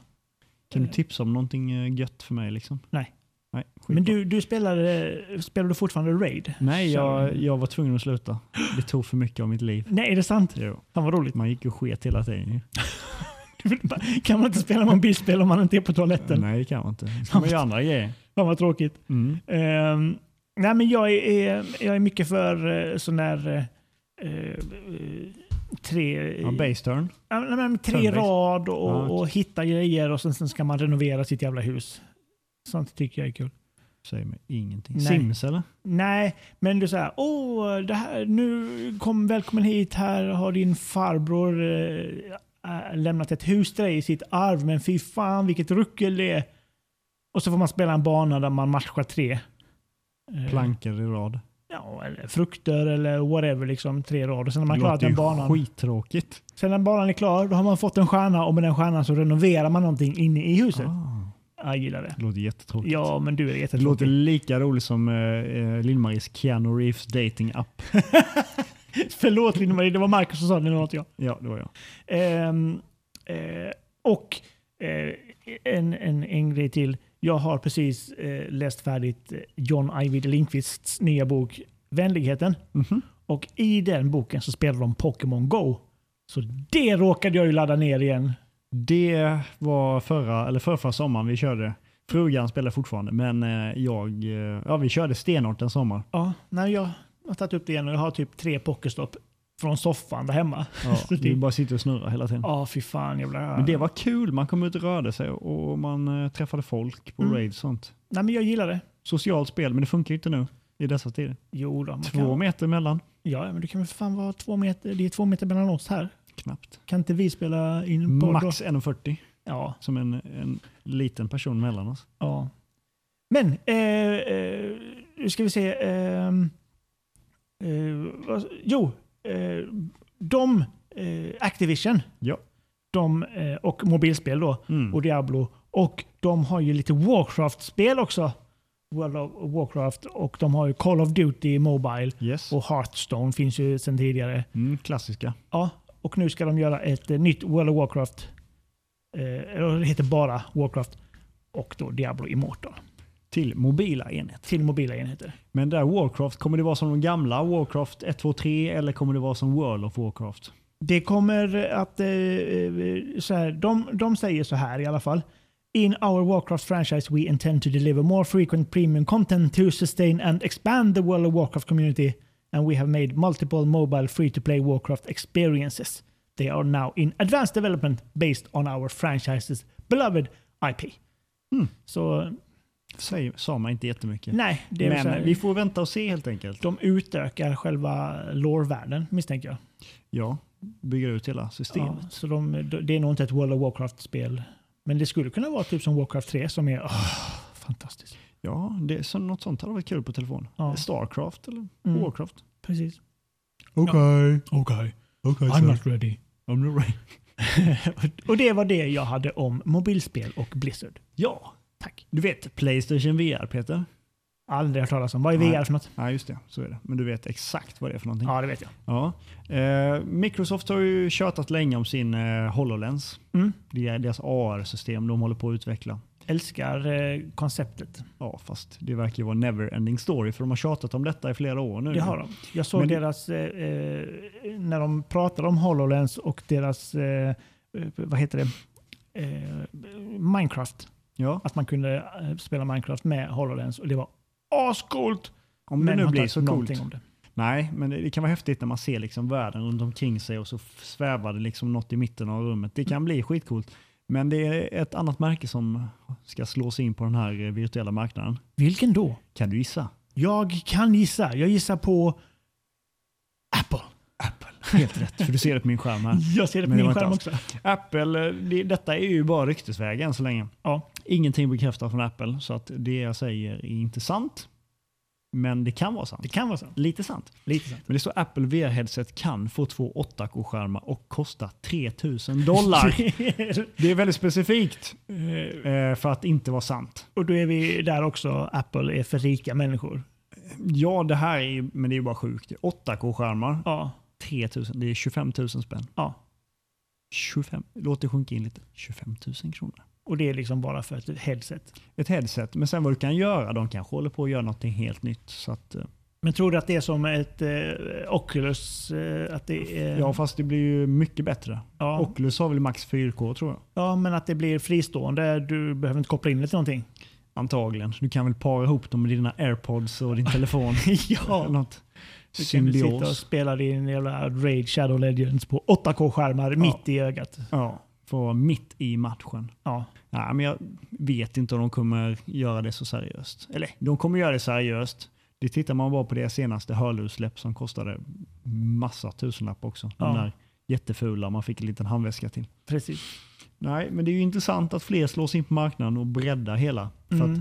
Kan du tipsa om någonting eh, gött för mig? Liksom? Nej. Nej, skitbra. Men du, du spelade, spelar du fortfarande Raid? Nej jag, Kör. jag var tvungen att sluta. Det tog för mycket av mitt liv. Nej, är det sant? Jo. Fan vad roligt. Man gick och sket hela tiden. ju. Kan man inte spela mobilspel om man inte är på toaletten? Nej, det kan man inte. Då ska man göra andra grejer. Fan vad tråkigt. Mm. Ehm, nej, men jag är, är, jag är mycket för eh, sån där... eh, eh, tre... eh, Ja, base turn. Ja, men- men tre Turn-based. rad och, Ja, okej. och hitta grejer och sen, sen ska man renovera sitt jävla hus. Sånt tycker jag är kul. Säger mig ingenting. Nej. Sims eller? Nej, men du säger åh, det här, nu kom välkommen hit, här har din farbror eh, äh, lämnat ett hus till dig i sitt arv, men fy fan vilket ruckel det är. Och så får man spela en bana där man matchar tre. Eh, Plankor i rad. Ja, eller frukter eller whatever, liksom tre rader. Sen har man Det klarat låter den ju banan. skittråkigt. Sen när banan är klar, då har man fått en stjärna och med den stjärnan så renoverar man någonting inne i huset. Ah, Jag gillar det. det låter jättetråkigt. Ja, men du är det låter jättetråkig. lika roligt som eh, eh, Lill-Maries Keanu Reeves dating app. Förlåt Linn-Marie, det var Marcus som sa det, nu låter jag. Ja, det var jag. Ehm, eh, och eh, en, en, en grej till. Jag har precis eh, läst färdigt eh, John Ajvide Lindqvists nya bok Vänligheten. Mhm. Och i den boken så spelar de Pokémon Go. Så det råkade jag ju ladda ner igen. Det var förra, eller förra, sommaren vi körde. Frugan spelar fortfarande, men eh, jag, eh, ja, vi körde stenhårt en sommar. Ja, nej, jag har tagit upp det igen och jag har typ tre pokerstopp från soffan där hemma. Ja, Så det- vi bara sitter och snurrar hela tiden. Ja, fy fan. Jag blir... Men det var kul. Man kom ut och rörde sig och man eh, träffade folk på Mm. raids och sånt. Nej, men jag gillar det. Socialt spel, men det funkar ju inte nu i dessa tider. Jo då, man Två kan... meter mellan. Ja, men du kan väl för fan vara två meter. Det är två meter mellan oss här. Knappt. Kan inte vi spela in en podd då? Max 1,40 Ja, som en, en liten person mellan oss. ja. Men, eh, eh, nu ska vi se. Eh, eh, vad, jo, eh, de, eh, Activision Ja. de, eh, och mobilspel då. Mm. och Diablo. Och de har ju lite Warcraft-spel också. World of Warcraft och de har ju Call of Duty Mobile Yes. och Hearthstone finns ju sedan tidigare. Mm, klassiska. Ja, och nu ska de göra ett eh, nytt World of Warcraft. Eh, eller det heter bara Warcraft och då Diablo Immortal. Till mobila enheter. Till mobila enheter. Men där Warcraft, kommer det vara som de gamla Warcraft 1, 2, 3 eller kommer det vara som World of Warcraft? Det kommer att... Eh, eh, så här, de, de säger så här i alla fall. In our Warcraft franchise we intend to deliver more frequent premium content to sustain and expand the World of Warcraft community and we have made multiple mobile free to play Warcraft experiences. They are now in advanced development based on our franchise's beloved IP. Mm. Så Säger, sa man inte jättemycket. nej, det är väl så här, Men vi får vänta och se helt enkelt. de utökar själva lore-världen misstänker jag. Ja, bygger ut hela systemet. Ja, så de, det är nog inte ett World of Warcraft-spel. Men det skulle kunna vara typ som Warcraft 3 som är åh, fantastiskt. Ja, det, så, något sånt hade varit kul på telefon. Ja. Starcraft eller Mm. Warcraft? Precis. Okej, Okej, okej. ready. och det var det jag hade om mobilspel och Blizzard. Ja, Tack. du vet Playstation VR Peter? Aldrig hört talas om. Vad är Nej. VR för något? Nej, just det. Så är det. Men du vet exakt vad det är för någonting. Ja, det vet jag. Ja. Eh, Microsoft har ju tjatat länge om sin eh, HoloLens. Mm. Det är deras AR-system de håller på att utveckla. Älskar eh, konceptet. Ja, fast det verkar ju vara never ending story för de har tjatat om detta i flera år nu. Det har de. Jag såg Men- deras, eh, eh, när de pratade om HoloLens och deras, eh, eh, vad heter det, eh, Minecraft. Ja, att man kunde eh, spela Minecraft med HoloLens och det var ascoolt. om det man nu har blir inte så hört coolt. någonting Om det. Nej, men det, det kan vara häftigt när man ser liksom världen runt omkring sig och så f- svävar det liksom något i mitten av rummet. Det kan bli skitcoolt. Men det är ett annat märke som ska slå sig in på den här eh, virtuella marknaden. Vilken då? Kan du gissa? Jag kan gissa. Jag gissar på Apple. Helt rätt, för du ser det på min skärm här. Jag ser det på Men det min var skärm inte också. Apple, eh, det, detta är ju bara ryktesvägen än så länge. Ja. Ingenting bekräftat från Apple, så att det jag säger är inte sant. Men det kan vara sant. Det kan vara sant. Lite sant. Lite sant. Men det står Apple VR-headset kan få två 8K-skärmar och kosta 3000 dollar. Det är väldigt specifikt Eh, eh, för att inte vara sant. och då är vi där också. Apple är för rika människor. Ja, det här är ju, men det är ju bara sjukt. 8K-skärmar, Ja. 3000, det är 25 000 spänn. ja. 25, låt det sjunka in lite. 25 000 kronor. Och det är liksom bara för ett headset. Ett headset, men sen vad du kan göra, de kanske håller på att göra någonting helt nytt. Så att, eh, Men tror du att det är som ett eh, Oculus? Eh, att det är, ja, fast det blir ju mycket bättre. ja. Oculus har väl max 4K tror jag. ja, men att det blir fristående. Du behöver inte koppla in det till någonting. Antagligen. Du kan väl para ihop dem med dina airpods och din telefon. ja. Något Du kan väl sitta och symbios. spela din jävla Raid Shadow Legends på 8K-skärmar mitt i ögat. Ja, för att vara mitt i matchen. Ja. Nej, men jag vet inte om de kommer göra det så seriöst. Eller de kommer göra det seriöst. Det tittar man bara på det senaste hörlursläpp som kostade massa tusenlapp också. Ja. De där jättefula man fick en liten handväska till. Precis. Nej, men det är ju intressant att fler slås in på marknaden och breddar hela. För Mm.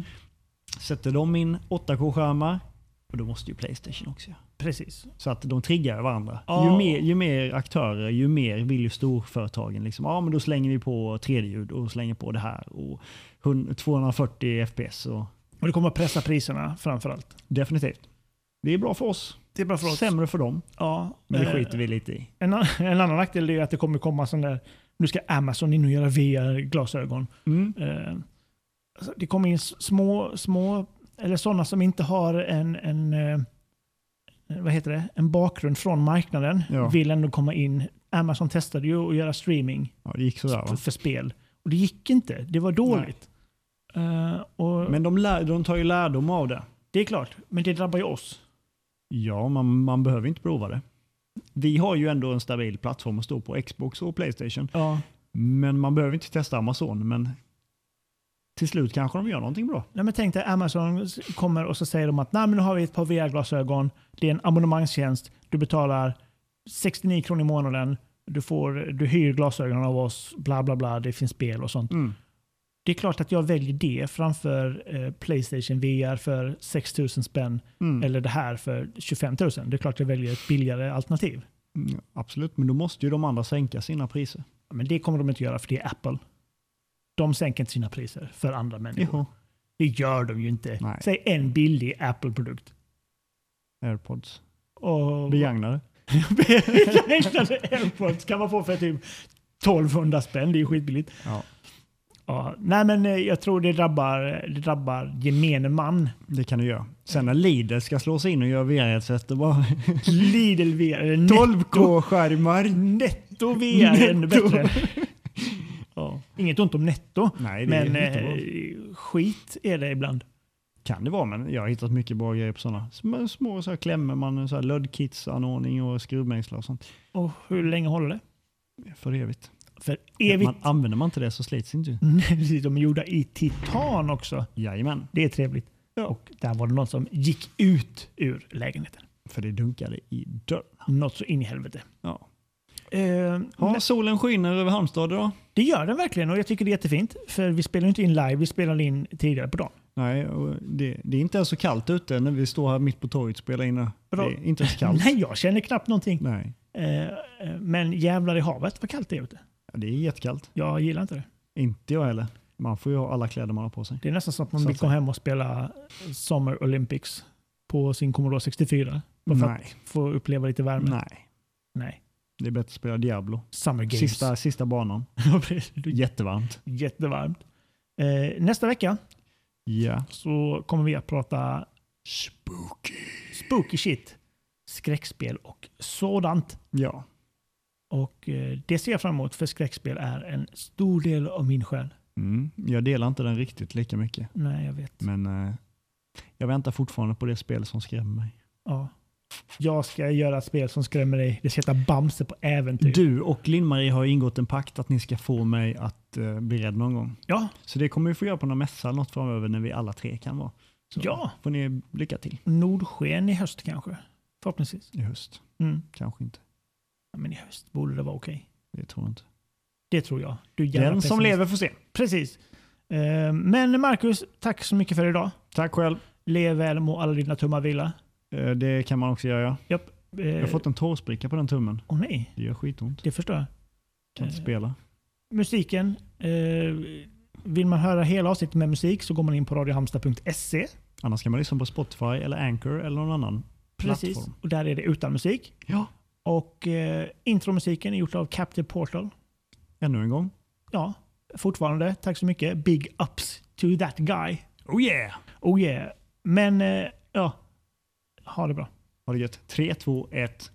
att sätter de in 8K-skärmar, och då måste ju Playstation också göra. Precis. Så att de triggar varandra. Ja. Ju, mer, ju mer aktörer, ju mer vill ju storföretagen liksom, ja men då slänger vi på 3D-ljud och slänger på det här och 100 240 FPS och Och det kommer att pressa priserna framförallt. definitivt. Det är bra för oss, Det är bra för oss. sämre för dem. ja. Men det Eh, skiter vi lite i. En, an- en annan nackdel är ju att det kommer komma sån där, nu ska Amazon in och göra VR-glasögon. Mm. Eh, alltså, det kommer in s- små, små eller sådana som inte har en, en eh, vad heter det? En bakgrund från marknaden Ja. vill ändå komma in Amazon testade ju att göra streaming Ja, det gick sådär va? för spel. Och det gick inte. Det var dåligt. Eh, och Men de, lär, de tar ju lärdom av det. Det är klart, men det drabbar ju oss. Ja, man, man behöver inte prova det. Vi har ju ändå en stabil plattform att stå på, Xbox och Playstation. Ja. Men man behöver inte testa Amazon. Men till slut kanske de gör någonting bra. Nej, men tänk dig Amazon kommer och så säger de att Nej, men nu har vi ett par VR-glasögon. Det är en abonnemangstjänst. Du betalar 69 kronor i månaden. Du, får, du hyr glasögonen av oss. Bla, bla, bla. Det finns spel och sånt. Mm. Det är klart att jag väljer det framför eh, Playstation VR för 6 000 spänn Mm. eller det här för 25 000. Det är klart jag väljer ett billigare alternativ. Mm, Absolut, men då måste ju de andra sänka sina priser. Men det kommer de inte göra för det är Apple. De sänker inte sina priser för andra människor. Jaha. Det gör de ju inte. Nej. Säg en billig Apple-produkt. Airpods. Och Begagnade. begagnade airpods kan man få för typ 1200 spänn. Det är ju skitbilligt. Ja. Ja. Nej, men eh, jag tror det drabbar, det drabbar gemene man. Det kan du göra. Sen när Lidl ska slå sig in och göra VR-headset, då bara Lidl VR. eller Net- 12K-skärmar. Netto VR är ännu Netto. bättre. Ja. Inget ont om netto. Nej, det Men är jättebra. eh, skit är det ibland. Kan det vara, men jag har hittat mycket bra grejer på sådana. Små, små så här klämmer man, så här löddkitsanordning och skruvmejslar och sånt. Och hur länge håller det? För evigt. För evigt. Man, använder man inte det så slits inte. Nej, precis. De är gjorda i titan också. Jajamän. Det är trevligt. Och där var det någon som gick ut ur lägenheten. För det dunkade i dörren. Något så in i helvete. Ja. Eh, Ja, men solen skiner över Halmstad idag. det gör den verkligen och jag tycker det är jättefint. För vi spelar ju inte in live, vi spelar in tidigare på dagen. Nej, och det, det är inte ens så kallt ute när vi står här mitt på torget och spelar in. Det Vadå? är inte ens kallt. Nej, jag känner knappt någonting. Nej. Eh, eh, men jävlar i havet vad kallt det är ute. Ja, Det är jättekallt. Jag gillar inte det. Inte jag heller. Man får ju ha alla kläder man har på sig. Det är nästan som att man Så vill att komma hem och spela Summer Olympics på sin Commodore 64. Bara för att Nej. få uppleva lite värme. Nej. Nej. Det är bättre att spela Diablo. Summer Games. Sista, sista banan. Ja, precis. Det är Jättevarmt. Jättevarmt. Eh, nästa vecka Ja. så kommer vi att prata Spooky. spooky shit, skräckspel och sådant. Ja. Och eh, Det ser jag fram emot för skräckspel är en stor del av min själ. Mm. Jag delar inte den riktigt lika mycket. Nej, jag vet. Men eh, jag väntar fortfarande på det spel som skrämmer mig. Ja. Jag ska göra ett spel som skrämmer dig. Det ska heta Bamse på äventyr. Du och Linn-Marie har ju ingått en pakt att ni ska få mig att eh, bli rädd någon gång. Ja, Så det kommer vi få göra på någon mässa eller något framöver när vi alla tre kan vara. Så Ja. får ni lycka till Nordsken i höst kanske. Förhoppningsvis. i höst. Mm. Kanske inte. Ja, men i höst borde det vara okej. Det tror jag inte. Det tror jag. Du är jävla Den som pessimist. lever får se. Precis. Eh, Men Marcus, tack så mycket för idag. Tack själv. Lev väl, må alla dina tummar vila. Eh, Det kan man också göra. ja. Japp. Eh, Jag har fått en tårspricka på den tummen. Åh nej, Det gör skitont. det förstår jag. Kan inte Eh. spela. Musiken. Eh, vill man höra hela avsnittet med musik så går man in på radiohamsta.se. Annars kan man lyssna på Spotify eller Anchor eller någon annan Precis. plattform. Och där är det utan musik. Ja. Och eh, intromusiken är gjort av Captive Portal. Ännu en gång. Ja, fortfarande. Tack så mycket. Big ups to that guy. Oh yeah! Oh yeah. Men eh, ja, ha det bra. Ha det gött. 3, 2, 1.